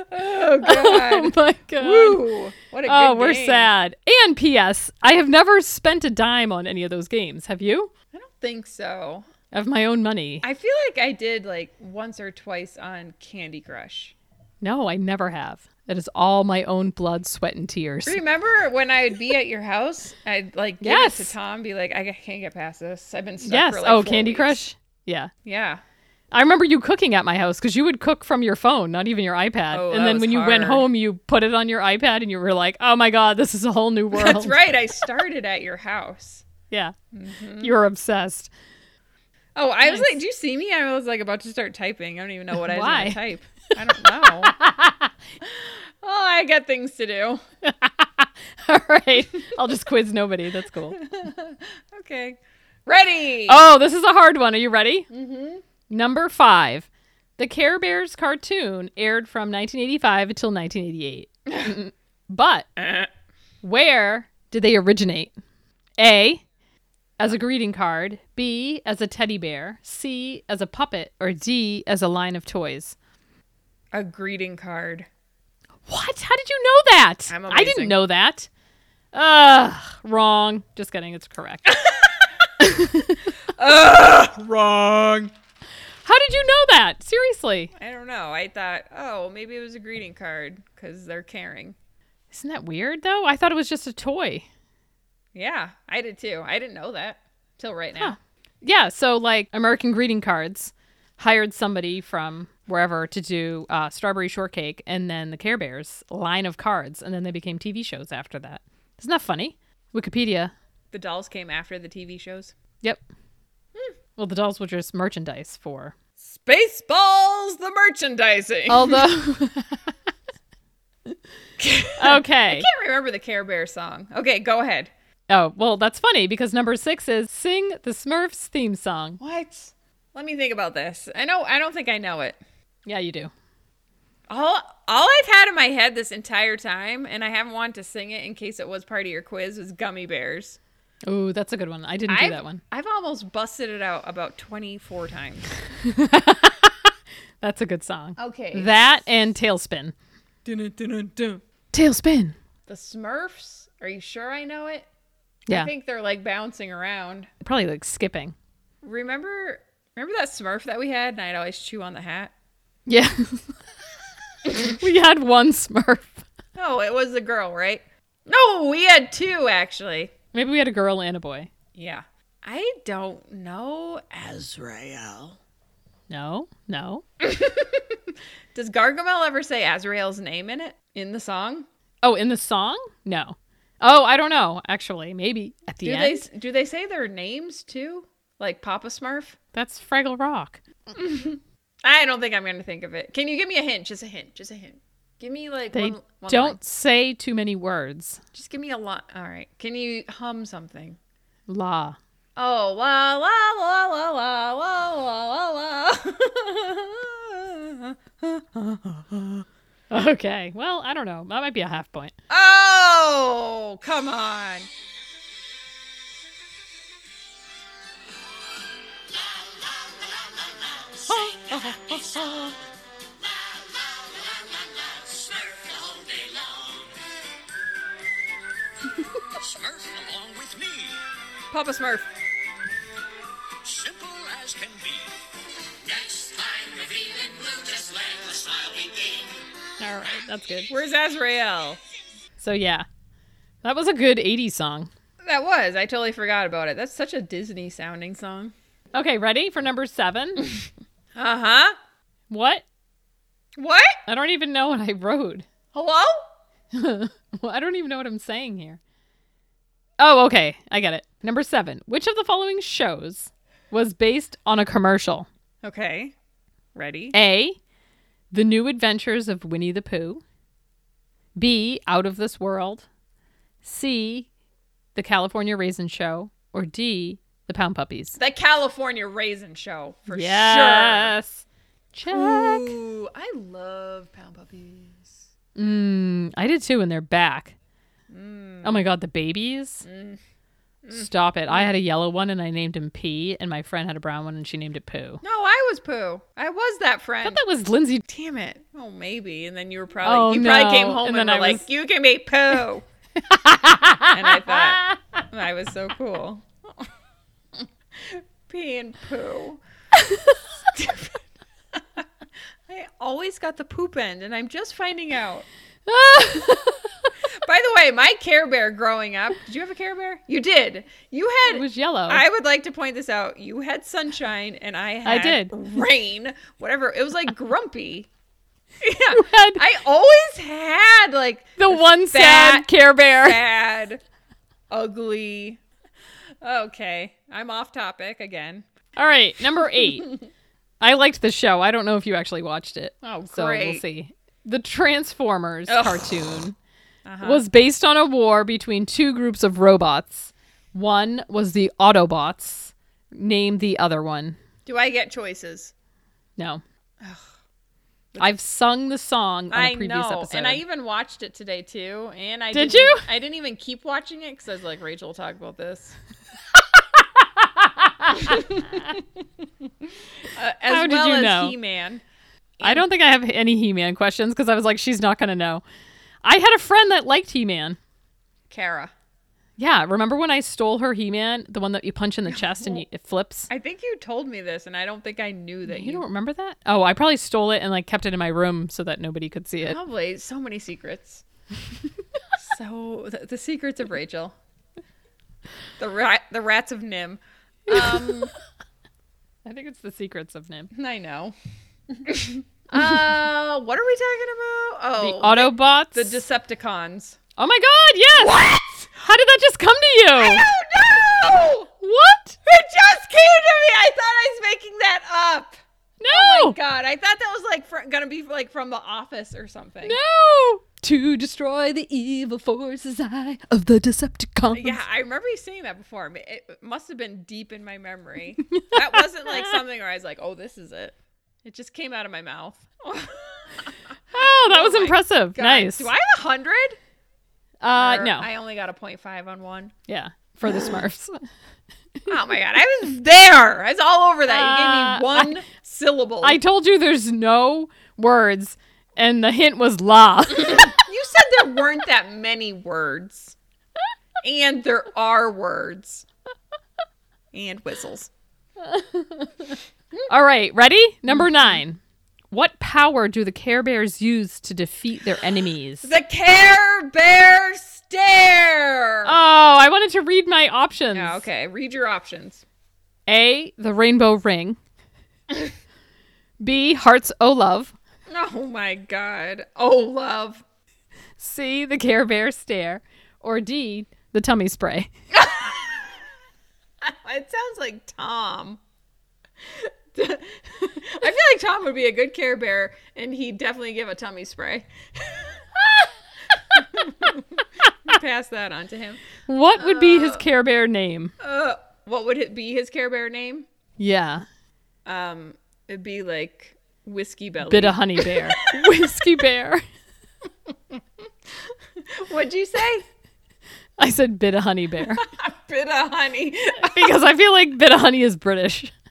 Speaker 3: Oh
Speaker 2: oh
Speaker 3: god.
Speaker 2: my god.
Speaker 3: <laughs> Woo. What a
Speaker 2: Oh,
Speaker 3: good
Speaker 2: we're
Speaker 3: game.
Speaker 2: sad. And P.S. I have never spent a dime on any of those games. Have you?
Speaker 3: I don't think so.
Speaker 2: Of my own money?
Speaker 3: I feel like I did like once or twice on Candy Crush.
Speaker 2: no, I never have. It is all my own blood, sweat, and tears.
Speaker 3: Remember when I would be at your house? I'd like give it
Speaker 2: Yes.
Speaker 3: to Tom, be like, I g- can't get past this. I've been stuck
Speaker 2: Yes.
Speaker 3: for like
Speaker 2: oh,
Speaker 3: four
Speaker 2: Candy
Speaker 3: weeks."
Speaker 2: Crush. Yeah. <laughs>
Speaker 3: Yeah.
Speaker 2: I remember you cooking at my house because you would cook from your phone, not even your iPad.
Speaker 3: Oh,
Speaker 2: and
Speaker 3: that
Speaker 2: then
Speaker 3: was
Speaker 2: when you went
Speaker 3: hard.
Speaker 2: home, you put it on your iPad and you were like, oh my God, this is a whole new world.
Speaker 3: <laughs> That's right. I started at your house.
Speaker 2: Yeah.
Speaker 3: Mm-hmm.
Speaker 2: You were obsessed. <laughs>
Speaker 3: Oh, I was like, "Did you see me?" I was like about to start typing. I don't even know what I was
Speaker 2: Why?
Speaker 3: going to type. I don't know.
Speaker 2: <laughs>
Speaker 3: oh, I got things to do.
Speaker 2: All right. I'll just quiz nobody. That's cool.
Speaker 3: Okay, ready.
Speaker 2: Oh, this is a hard one. Are you ready? Mm-hmm. Number five. The Care Bears cartoon aired from 1985 until 1988. Mm-mm. but where did they originate? A. As a greeting card. B. As a teddy bear. C. As a puppet. Or D. As a line of toys.
Speaker 3: A greeting card.
Speaker 2: What? How did you know that?
Speaker 3: I'm
Speaker 2: I didn't
Speaker 3: amazing.
Speaker 2: know that. Ugh, wrong. Just kidding. It's
Speaker 3: <laughs>
Speaker 2: correct.
Speaker 3: Wrong.
Speaker 2: How did you know that? Seriously.
Speaker 3: I don't know. I thought, oh, maybe it was a greeting card because they're caring.
Speaker 2: Isn't that weird though? I thought it was just a toy.
Speaker 3: Yeah, I did too. I didn't know that till right now.
Speaker 2: Yeah, so like American greeting cards hired somebody from wherever to do uh, Strawberry Shortcake and then the Care Bears line of cards, and then they became TV shows after that. Isn't that funny? Wikipedia.
Speaker 3: The dolls came after the TV shows.
Speaker 2: Yep.
Speaker 3: Hmm.
Speaker 2: Well, the dolls were just merchandise for.
Speaker 3: Spaceballs, the merchandising.
Speaker 2: Oh.
Speaker 3: I
Speaker 2: Although.
Speaker 3: <laughs>
Speaker 2: okay.
Speaker 3: can't remember the Care Bear song. Okay, go ahead.
Speaker 2: Oh, well, that's funny because number six is Sing the Smurfs theme song.
Speaker 3: What? Let me think about this. I know. I don't think I know it.
Speaker 2: Yeah, you do.
Speaker 3: All all I've had in my head this entire time, and I haven't wanted to sing it in case it was part of your quiz, was gummy bears.
Speaker 2: Ooh, that's a good one. I didn't do
Speaker 3: I've,
Speaker 2: that one.
Speaker 3: I've almost busted it out about twenty four times.
Speaker 2: That's a good song.
Speaker 3: Okay.
Speaker 2: That and Tailspin. Tailspin.
Speaker 3: The Smurfs. Are you sure I know it?
Speaker 2: Yeah.
Speaker 3: I think they're like bouncing around.
Speaker 2: Probably like skipping.
Speaker 3: Remember remember that Smurf that we had and I'd always chew on the hat?
Speaker 2: Yeah. <laughs> we had one Smurf.
Speaker 3: No, it was the girl, right? No, we had two actually.
Speaker 2: Maybe we had a girl and a boy.
Speaker 3: Yeah. I don't know Azrael.
Speaker 2: No, no.
Speaker 3: Does Gargamel ever say Azrael's name in it in the song?
Speaker 2: Oh, in the song? No. Oh, I don't know. Actually, maybe at the
Speaker 3: Do
Speaker 2: end.
Speaker 3: they do they say their names too? Like Papa Smurf?
Speaker 2: That's Fraggle Rock.
Speaker 3: I don't think I'm gonna think of it. Can you give me a hint? Just a hint. Just a hint. Give me like
Speaker 2: They
Speaker 3: one, one
Speaker 2: don't
Speaker 3: line.
Speaker 2: say too many words.
Speaker 3: Just give me a lot. All right. Can you hum something?
Speaker 2: La.
Speaker 3: Oh la la la la la la la la la.
Speaker 2: Okay. Well, I don't know. That might be a half point.
Speaker 3: <laughs> oh come on!
Speaker 5: Smurf all day long. Smurf along with me,
Speaker 3: Papa Smurf.
Speaker 5: simple as can be. Next time we're feeling blue, just let the smile begin.
Speaker 2: All right. That's good.
Speaker 3: Where's Azrael?
Speaker 2: So, yeah. That was a good 80s song.
Speaker 3: That was. I totally forgot about it. That's such a Disney sounding song.
Speaker 2: Okay. Ready for number
Speaker 3: <laughs>
Speaker 2: seven?
Speaker 3: Uh huh.
Speaker 2: what?
Speaker 3: What?
Speaker 2: I don't even know what I wrote. <laughs>
Speaker 3: Hello?
Speaker 2: well, I don't even know what I'm saying here. Oh, okay. I get it. Number seven. Which of the following shows was based on a commercial?
Speaker 3: Okay. Ready?
Speaker 2: A. The New Adventures of Winnie the Pooh. B. Out of This World. C. The California Raisin Show. Or D. The Pound Puppies.
Speaker 3: The California Raisin Show for
Speaker 2: yes.
Speaker 3: sure.
Speaker 2: Check.
Speaker 3: Ooh, I love pound puppies.
Speaker 2: Hmm, Mm, I did too, and they're back. Oh my god, the babies. Stop it. I had a yellow one and I named him P, and my friend had a brown one and she named it Poo.
Speaker 3: No, I was poo. I was that friend.
Speaker 2: That was Lindsay.
Speaker 3: <laughs> Damn it. Oh, maybe. And then you were probably
Speaker 2: Oh,
Speaker 3: you probably came
Speaker 2: no.
Speaker 3: home
Speaker 2: And
Speaker 3: and,
Speaker 2: then
Speaker 3: were
Speaker 2: I
Speaker 3: like,
Speaker 2: was-
Speaker 3: "You can be poo," and I thought I was so cool. <laughs> Pee and poo. <laughs> I always got the poop end, and I'm just finding out. By the way, my Care Bear growing up. Did you have a Care Bear? You did. You
Speaker 2: <laughs>
Speaker 3: had
Speaker 2: It was yellow.
Speaker 3: I would like to point this out. You had sunshine and I had
Speaker 2: did.
Speaker 3: rain, whatever. It
Speaker 2: <laughs>
Speaker 3: was like grumpy. Yeah.
Speaker 2: had-
Speaker 3: I always had like
Speaker 2: the one sad
Speaker 3: fat-
Speaker 2: Care Bear.
Speaker 3: bad, ugly. Okay. I'm off topic again.
Speaker 2: All right, number
Speaker 3: <laughs>
Speaker 2: eight. I liked the show. I don't know if you actually watched it.
Speaker 3: Oh,
Speaker 2: So we'll
Speaker 3: great.
Speaker 2: see. The Transformers
Speaker 3: Ugh. Uh-huh.
Speaker 2: cartoon was based on a war between two groups of robots. One was the Autobots. Name the other one.
Speaker 3: Do I get choices?
Speaker 2: No. I've sung the song on
Speaker 3: I
Speaker 2: a previous
Speaker 3: know.
Speaker 2: episode.
Speaker 3: And I even watched it today too. And I
Speaker 2: Did
Speaker 3: didn't-
Speaker 2: you?
Speaker 3: I didn't even keep watching it because I was like, Rachel will talk
Speaker 2: <laughs>
Speaker 3: about this. <laughs> Uh, as
Speaker 2: How did
Speaker 3: well
Speaker 2: you
Speaker 3: as
Speaker 2: know?
Speaker 3: He-Man.
Speaker 2: I don't think I have any He-Man questions because I was like, she's not gonna know. I had a friend that liked He-Man.
Speaker 3: Kara.
Speaker 2: Yeah, remember when I stole her He-Man, the one that you punch in
Speaker 3: <laughs>
Speaker 2: the chest and you, it flips?
Speaker 3: I think you told me this, and I don't think I knew that
Speaker 2: You don't remember that? Oh, I probably stole it and like kept it in my room so that nobody could see it.
Speaker 3: probably so many <laughs> secrets. so the, the secrets of Rachel, the rat, the rats of Nim. <laughs> Um,
Speaker 2: I think it's the secrets of Nim.
Speaker 3: I know. uh, <laughs> what are we talking
Speaker 2: The
Speaker 3: about? Oh,
Speaker 2: Autobots.
Speaker 3: the Decepticons.
Speaker 2: oh my god, yes! What? How did that just come to you?
Speaker 3: no!
Speaker 2: What?
Speaker 3: It just came to me. I thought I was making that up.
Speaker 2: No!
Speaker 3: God, I thought that was like fr- gonna be like from The Office or something.
Speaker 2: No! To destroy the evil forces, I of the Decepticons.
Speaker 3: Yeah, I remember you saying that before. It- It must have been deep in my memory. that
Speaker 2: <laughs>
Speaker 3: wasn't like something where I was like, "Oh, this is it." It just came out of my mouth. <laughs>
Speaker 2: Oh, that was
Speaker 3: my
Speaker 2: impressive.
Speaker 3: God,
Speaker 2: nice.
Speaker 3: Do I have a hundred?
Speaker 2: uh,
Speaker 3: Or
Speaker 2: no.
Speaker 3: I only got a point five on one.
Speaker 2: Yeah, for the <laughs> Smurfs.
Speaker 3: Oh my god, I was there. I was all over that.
Speaker 2: Uh,
Speaker 3: you gave me one syllable.
Speaker 2: I told you there's no words, and the hint was <laughs> la.
Speaker 3: you said there weren't that many words, and there are words and whistles.
Speaker 2: All right, ready?
Speaker 3: Mm-hmm.
Speaker 2: Number nine. What power do the Care Bears use to defeat their
Speaker 3: <laughs>
Speaker 2: enemies?
Speaker 3: The Care Bear Stare.
Speaker 2: Oh, I wanted to read my options.
Speaker 3: Oh, okay, read your options.
Speaker 2: A, the rainbow ring. B, hearts o' love.
Speaker 3: <laughs> Oh my god. Oh love. <laughs>
Speaker 2: C, the Care Bear stare. Or D, the tummy spray.
Speaker 3: It sounds like Tom. <laughs> I feel like Tom would be a good care bear and he'd definitely give a tummy spray. <laughs> Pass that on to him.
Speaker 2: What would be his Care Bear name?
Speaker 3: Uh, what would it be his care bear name?
Speaker 2: Yeah,
Speaker 3: Um it'd be like Whiskey Belly.
Speaker 2: bit of honey
Speaker 3: <laughs>
Speaker 2: bear. <laughs> Whiskey bear.
Speaker 3: What'd
Speaker 2: <laughs>
Speaker 3: you say?
Speaker 2: I said bit of honey
Speaker 3: <laughs>
Speaker 2: bear
Speaker 3: Bit of honey.
Speaker 2: because I feel like bit of honey is British.
Speaker 3: <laughs>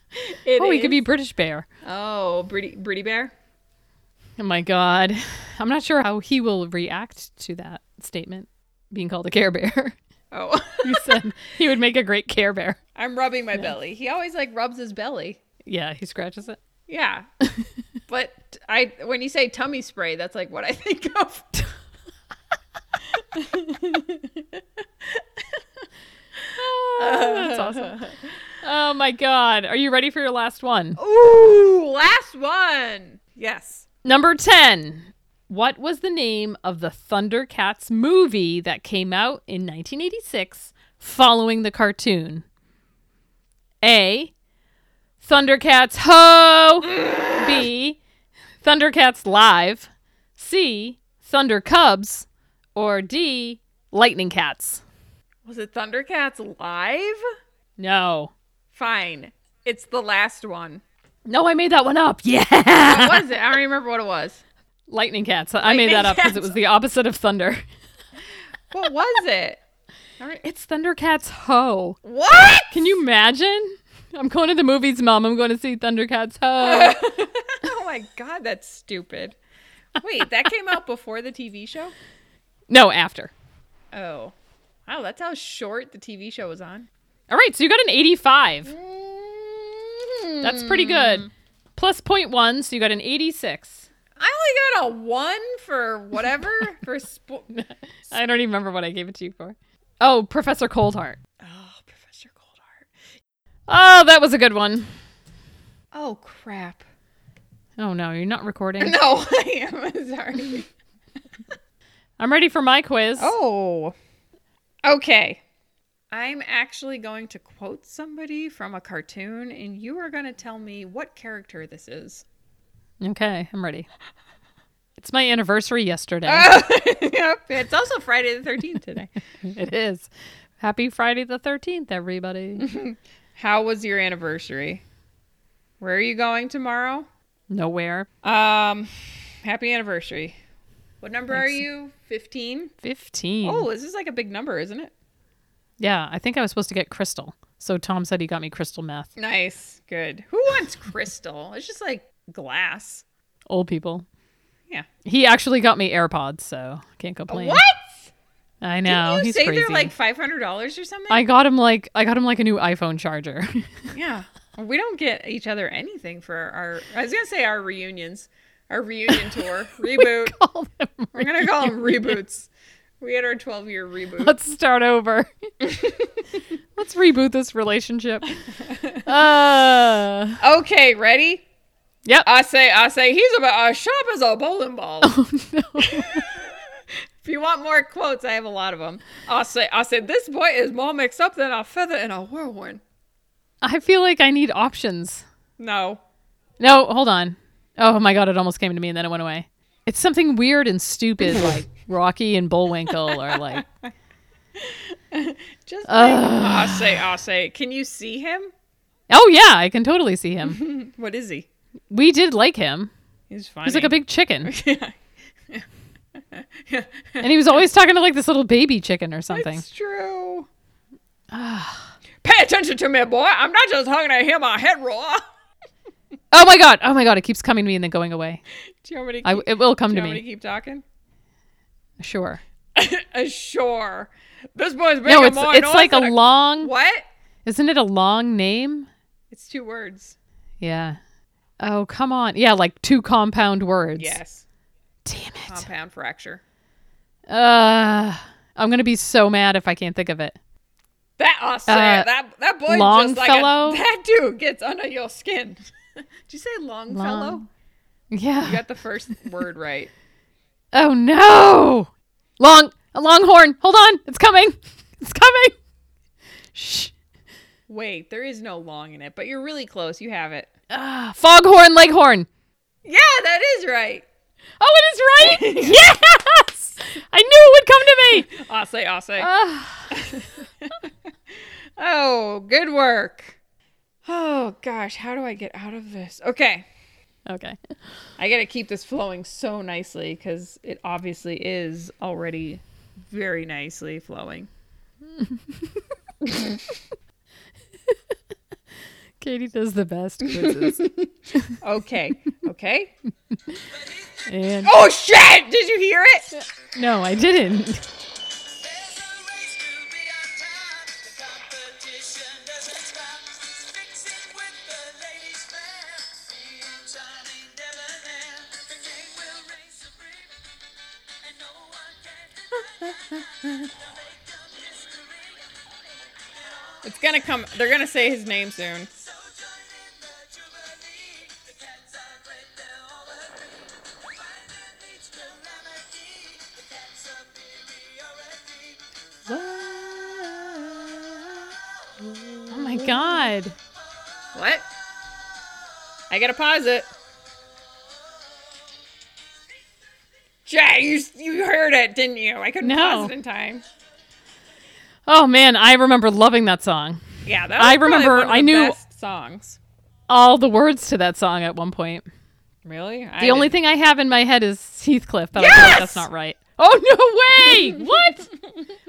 Speaker 3: It
Speaker 2: Oh, he could
Speaker 3: is-
Speaker 2: be British bear.
Speaker 3: Oh, Britty Britty Bear?
Speaker 2: Oh my God. <laughs> I'm not sure how he will react to that statement being called a Care Bear. <laughs>
Speaker 3: Oh.
Speaker 2: You said he would make a great Care Bear.
Speaker 3: I'm rubbing my belly. He always like rubs his belly.
Speaker 2: Yeah, he scratches it.
Speaker 3: Yeah. but I when you say tummy spray, that's like what I <laughs> think of.
Speaker 2: Oh, that's awesome. Oh my God. Are you ready for your last one?
Speaker 3: Ooh, last one. Yes.
Speaker 2: Number 10. What was the name of the Thundercats movie that came out in 1986 following the cartoon? A. Thundercats Ho! B. Thundercats Live. C. Thunder Cubs. Or D. Lightning Cats.
Speaker 3: Was it Thundercats live?
Speaker 2: No.
Speaker 3: Fine. It's the last one.
Speaker 2: No, I made that one up. Yeah. <laughs>
Speaker 3: What was it? I don't remember what it was.
Speaker 2: Lightning Cats. I made that up because it
Speaker 3: Cats.
Speaker 2: was the opposite of Thunder.
Speaker 3: What was it? All right.
Speaker 2: It's Thundercats Ho.
Speaker 3: What?
Speaker 2: Can you imagine? I'm going to the movies, Mom. I'm going to see Thundercats Ho.
Speaker 3: Oh my god, that's stupid. Wait, that came out before the TV show?
Speaker 2: no, after.
Speaker 3: Oh. Wow, that's how short the TV show was on.
Speaker 2: All right, so you got an 85.
Speaker 3: Mm-hmm.
Speaker 2: That's pretty
Speaker 3: Mm.
Speaker 2: good. Plus 0.1, so you got an 86.
Speaker 3: I only got a one for whatever for spo- <laughs>
Speaker 2: I don't even remember what I gave it to you for. Oh, Professor Coldheart.
Speaker 3: Oh, Professor Coldheart.
Speaker 2: Oh, that was a good one.
Speaker 3: Oh crap.
Speaker 2: Oh no, you're not recording.
Speaker 3: <laughs> No, I am <laughs> sorry.
Speaker 2: I'm ready for my quiz.
Speaker 3: Oh. Okay. I'm actually going to quote somebody from a cartoon and you are going to tell me what character this is.
Speaker 2: Okay, I'm ready. It's my anniversary yesterday.
Speaker 3: <laughs> Ah. yep. It's also Friday the 13th today.
Speaker 2: it is. Happy Friday the 13th,
Speaker 3: <laughs>
Speaker 2: everybody.
Speaker 3: <laughs> How was your anniversary? Where are you going tomorrow?
Speaker 2: Nowhere.
Speaker 3: Um, happy anniversary. What number are you? 15?
Speaker 2: 15.
Speaker 3: Oh, this is like a big number, isn't it?
Speaker 2: Yeah, I think I was supposed to get crystal. So Tom said he got me crystal meth.
Speaker 3: Nice. Good. Who wants crystal? It's just like glass.
Speaker 2: Old people.
Speaker 3: Yeah.
Speaker 2: He actually got me AirPods, so can't complain.
Speaker 3: What?
Speaker 2: I
Speaker 3: Didn't
Speaker 2: know.
Speaker 3: you
Speaker 2: he's
Speaker 3: say
Speaker 2: crazy.
Speaker 3: they're like $500 or something?
Speaker 2: I got him like I got him like a new iPhone charger. <laughs>
Speaker 3: Yeah. We don't get each other anything for our I was gonna say our reunions. Our
Speaker 2: <laughs>
Speaker 3: reunion
Speaker 2: Oh
Speaker 3: tour. Reboot.
Speaker 2: All them-
Speaker 3: We're gonna
Speaker 2: <laughs>
Speaker 3: call them reboots. We had our twelve year reboot.
Speaker 2: Let's start over. <laughs> Let's reboot this
Speaker 3: <laughs>
Speaker 2: relationship. Uh,
Speaker 3: Okay, ready?
Speaker 2: yep.
Speaker 3: I say I say he's about as sharp as a bowling ball.
Speaker 2: Oh,
Speaker 3: <laughs> if you want more quotes, I have a lot of them. I say I say this boy is more mixed up than a feather in a whirlwind.
Speaker 2: I feel like I need options.
Speaker 3: No.
Speaker 2: No, hold on. Oh my god, it almost came to me and then it went away. It's something weird and
Speaker 3: <laughs>
Speaker 2: stupid like Rocky and Bullwinkle or like
Speaker 3: Just I say I say. Can you see him?
Speaker 2: Oh yeah, I can totally see
Speaker 3: <laughs>
Speaker 2: him.
Speaker 3: What is he?
Speaker 2: We did like him.
Speaker 3: He's funny.
Speaker 2: He's like a big
Speaker 3: <laughs>
Speaker 2: chicken. and he was
Speaker 3: <laughs>
Speaker 2: always talking to like this little baby chicken or something. <sighs>
Speaker 3: It's true. Pay attention to me, boy. I'm not just hungry to hear my head roar.
Speaker 2: Oh my god. Oh my god, it keeps coming to me and then going away.
Speaker 3: Do you want me to keep,
Speaker 2: I, it will come
Speaker 3: do
Speaker 2: to
Speaker 3: you want me to
Speaker 2: me.
Speaker 3: keep talking?
Speaker 2: Sure.
Speaker 3: Uh, sure. This boy's making
Speaker 2: No, it's
Speaker 3: more
Speaker 2: it's
Speaker 3: noise
Speaker 2: like a
Speaker 3: than
Speaker 2: long
Speaker 3: What?
Speaker 2: Isn't it a long name?
Speaker 3: It's two words.
Speaker 2: Yeah. Oh, come on. Yeah, like two compound words.
Speaker 3: Yes.
Speaker 2: Damn it.
Speaker 3: Compound fracture.
Speaker 2: Uh, I'm gonna be so mad if I can't think of it.
Speaker 3: That I say
Speaker 2: Uh,
Speaker 3: that that boy just like
Speaker 2: Longfellow?
Speaker 3: a, <laughs> that dude gets under your skin. <laughs> Did you say Longfellow?
Speaker 2: Long- Yeah.
Speaker 3: You got the first word right.
Speaker 2: oh no. Long a longhorn. Hold on. It's coming. <laughs> It's coming. Shh.
Speaker 3: Wait, there is no long in it, but you're really close. You have it.
Speaker 2: Uh, foghorn. Leghorn.
Speaker 3: Yeah, that is right.
Speaker 2: Oh, it is right. yes. I knew it would come to me.
Speaker 3: I say, I say.
Speaker 2: Ah.
Speaker 3: <laughs> Oh, good work. Oh gosh, how do I get out of this? Okay.
Speaker 2: okay.
Speaker 3: I got to keep this flowing so nicely cuz it obviously is already very nicely flowing.
Speaker 2: Katie does the best quizzes.
Speaker 3: <laughs> Okay. Okay.
Speaker 2: and
Speaker 3: oh shit! Did you hear it?
Speaker 2: no, I didn't.
Speaker 5: There's a race to be on time. The competition doesn't stop. Fix it with the ladies' fair. Feel charming, debonair. The king will reign supreme, and no one can deny that. They'll make up history.
Speaker 3: It's going to come. They're going to say his name soon.
Speaker 5: So join in the jubilee. The cats are great, they're all agreed. Find and reach calamity. The cats of superiority.
Speaker 2: Oh my god.
Speaker 3: What? I got to pause it. Jay, you you heard it, didn't you? I couldn't
Speaker 2: No.
Speaker 3: pause it in time.
Speaker 2: Oh man, I remember loving that song.
Speaker 3: Yeah, that
Speaker 2: I
Speaker 3: was probably
Speaker 2: remember-
Speaker 3: one of the
Speaker 2: I knew-
Speaker 3: best songs.
Speaker 2: All the words to that song at one point.
Speaker 3: Really?
Speaker 2: The only thing I have in my head is Heathcliff, but I feel like
Speaker 3: Yes!
Speaker 2: that's not right. Oh no way! what?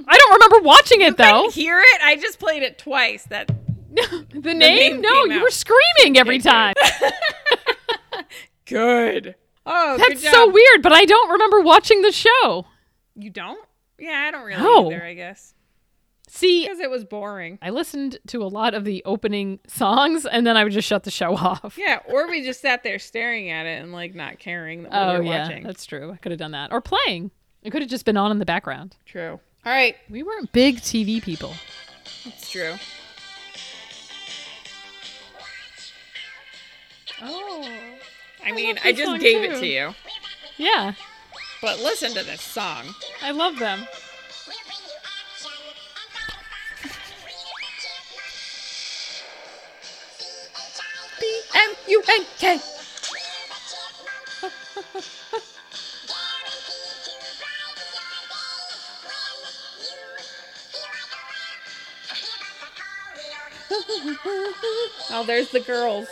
Speaker 2: I don't remember watching it though.
Speaker 3: Hear it? I just played it twice. That
Speaker 2: <laughs> The name?
Speaker 3: name
Speaker 2: no,
Speaker 3: came
Speaker 2: you
Speaker 3: out.
Speaker 2: were screaming every time.
Speaker 3: good. Oh, good
Speaker 2: That's
Speaker 3: job.
Speaker 2: so weird, but I don't remember watching the show.
Speaker 3: You don't? Yeah, I don't really
Speaker 2: No.
Speaker 3: either. I guess
Speaker 2: See,
Speaker 3: because it was boring.
Speaker 2: I listened to a lot of the opening songs and then I would just shut the show <laughs> off.
Speaker 3: Yeah, or we just sat there staring at it and like not caring that we
Speaker 2: oh
Speaker 3: were
Speaker 2: yeah,
Speaker 3: watching.
Speaker 2: that's true. I could have done that or playing. It could have just been on in the background.
Speaker 3: true. All right,
Speaker 2: We weren't big TV people.
Speaker 3: it's true. Oh, I mean,
Speaker 2: love
Speaker 3: I
Speaker 2: this
Speaker 3: just
Speaker 2: song,
Speaker 3: gave it
Speaker 2: too.
Speaker 3: to you,
Speaker 2: Yeah,
Speaker 3: but listen to this song.
Speaker 2: I love them.
Speaker 3: B M U N K. Oh, there's the girls.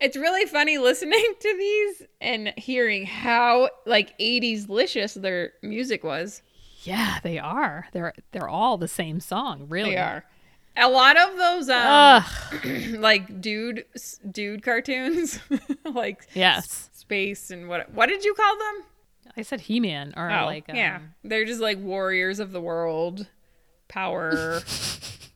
Speaker 3: It's really funny listening <laughs> to these and hearing how like 80s licious their music was.
Speaker 2: Yeah, they are. They're they're all the same song, really.
Speaker 3: They are. A lot of those um
Speaker 2: Oh, Ugh.
Speaker 3: <clears throat> like dude s- dude cartoons <laughs> like
Speaker 2: Yes.
Speaker 3: space and what what did you call them?
Speaker 2: I said He-Man or
Speaker 3: Oh,
Speaker 2: like um,
Speaker 3: yeah. They're just like warriors of the world, power.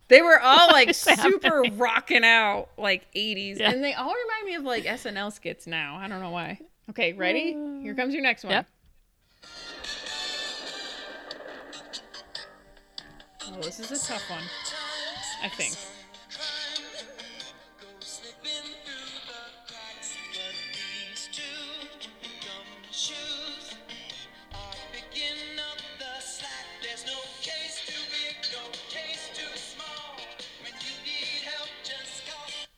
Speaker 3: they were all like super rocking out like 80s.
Speaker 2: Yeah.
Speaker 3: And they all remind me of like SNL skits now. I don't know why. Okay, ready? Here comes your next one.
Speaker 2: Yep.
Speaker 3: Oh, this is a tough one, I think.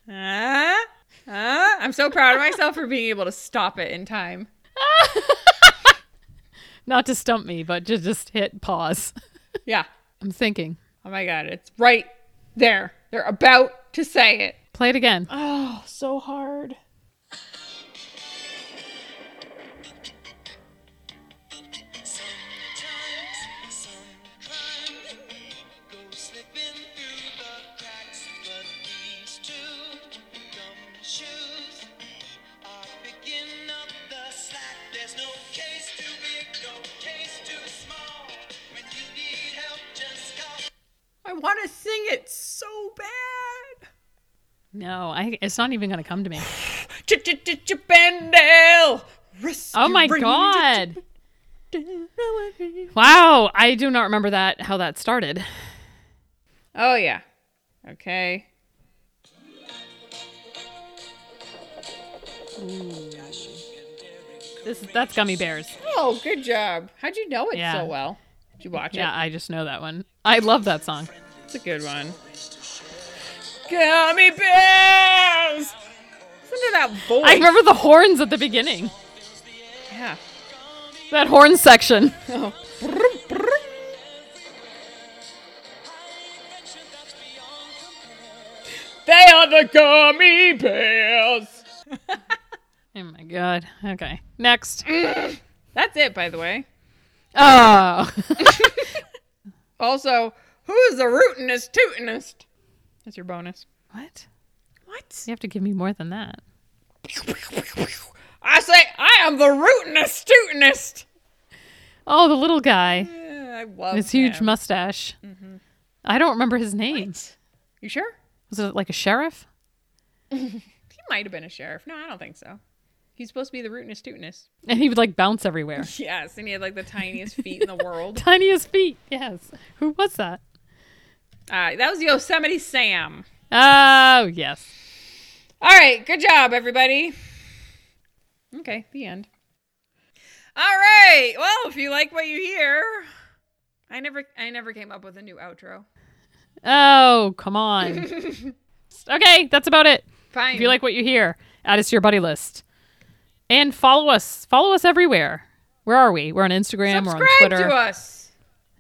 Speaker 3: Ah, ah. I'm so proud of myself for being able to stop it in time.
Speaker 2: Not to stump me, but just just hit pause. <laughs>
Speaker 3: Yeah.
Speaker 2: I'm thinking.
Speaker 3: Oh my God, it's right there. They're about to say it.
Speaker 2: Play it again.
Speaker 3: Oh, so hard.
Speaker 5: There's no case too big, no case too small. When you need help, just call.
Speaker 3: I want to sing it so bad.
Speaker 2: No, I it's not even going to come to me.
Speaker 3: Ch-ch-ch-chapendale.
Speaker 2: Oh my
Speaker 3: Restoring
Speaker 2: god.
Speaker 3: ch-ch-ch-ch-ch-ch-ch-ch-ch.
Speaker 2: Wow, I do not remember that how that started.
Speaker 3: Oh yeah. Okay.
Speaker 2: This that's Gummy Bears.
Speaker 3: Oh, good job. How'd you know it
Speaker 2: Yeah.
Speaker 3: so well? Did you watch
Speaker 2: Yeah, I just know that one. I love that song.
Speaker 3: it? It's a good one. Gummy bears. Listen to that voice.
Speaker 2: I remember the horns at the beginning.
Speaker 3: Yeah.
Speaker 2: That horn section.
Speaker 3: Oh. Brum, brum. They are the gummy bears.
Speaker 2: Oh my god. Okay. Next.
Speaker 3: That's it, by the way.
Speaker 2: Oh.
Speaker 3: Also, who's the rootinest tootinest? That's your bonus.
Speaker 2: what?
Speaker 3: What?
Speaker 2: You have to give me more than that.
Speaker 3: I say I am the rootinest tootinest.
Speaker 2: Oh, the little guy.
Speaker 3: Yeah, I love
Speaker 2: His huge
Speaker 3: him.
Speaker 2: mustache. I don't remember his name.
Speaker 3: You sure?
Speaker 2: Was it like a sheriff?
Speaker 3: He might have been a sheriff. No, I don't think so. He's supposed to be the rootinest tootinest.
Speaker 2: And he would like bounce everywhere.
Speaker 3: Yes, and he had like the tiniest feet in
Speaker 2: <laughs>
Speaker 3: the world.
Speaker 2: Tiniest feet. Yes. Who was that?
Speaker 3: Uh, that was Yosemite Sam.
Speaker 2: Oh, yes.
Speaker 3: All right, good job, everybody. Okay, the end. All right. Well, if you like what you hear, I never, I never came up with a new outro.
Speaker 2: Oh, come
Speaker 3: <laughs>
Speaker 2: on. okay, that's about it.
Speaker 3: Fine.
Speaker 2: If you like what you hear, add us to your buddy list. And follow us. Follow us everywhere. Where are we? We're on Instagram,
Speaker 3: subscribe
Speaker 2: we're on Twitter.
Speaker 3: to us.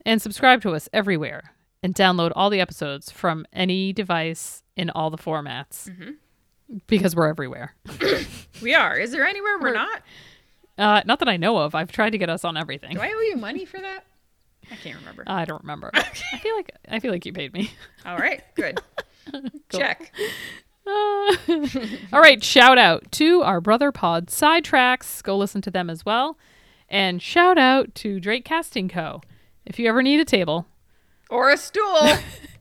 Speaker 2: And subscribe to us everywhere. And download all the episodes from any device in all the formats.
Speaker 3: Mm-hmm.
Speaker 2: because we're everywhere.
Speaker 3: We are. Is there anywhere we're, not?
Speaker 2: Uh, not that I know of. I've tried to get us on everything.
Speaker 3: Do I owe you money for that? I can't remember.
Speaker 2: I don't
Speaker 3: <laughs>
Speaker 2: remember. I feel like I feel like you paid me.
Speaker 3: All right,
Speaker 2: <laughs>
Speaker 3: good. Check.
Speaker 2: Uh, <laughs> all right, shout out to our brother pod Sidetracks. Go listen to them as well. And shout out to Drake Casting Co. If you ever need a table,
Speaker 3: Or a stool.
Speaker 2: <laughs>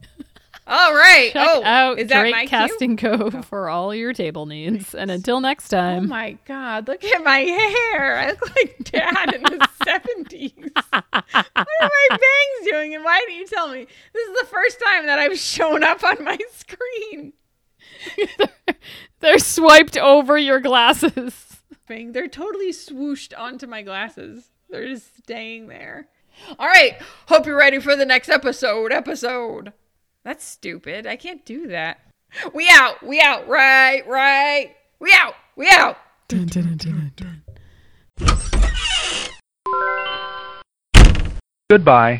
Speaker 3: All right.
Speaker 2: check
Speaker 3: oh,
Speaker 2: out
Speaker 3: is that
Speaker 2: Drake
Speaker 3: my cue?
Speaker 2: Casting Co. <laughs> for all your table needs. And until next
Speaker 3: Oh
Speaker 2: time,
Speaker 3: my God! Look at my hair. I look like Dad
Speaker 2: <laughs>
Speaker 3: in the seventies. What are my bangs doing? And why didn't you tell me? This is the first time that I've shown up on my screen.
Speaker 2: they're swiped over your glasses. <laughs>
Speaker 3: Bang. They're totally swooshed onto my glasses. They're just staying there. All right. Hope you're ready for the next episode. Episode. That's stupid. I can't do that. We out. We out. Right. Right. We out. We out.
Speaker 1: Goodbye.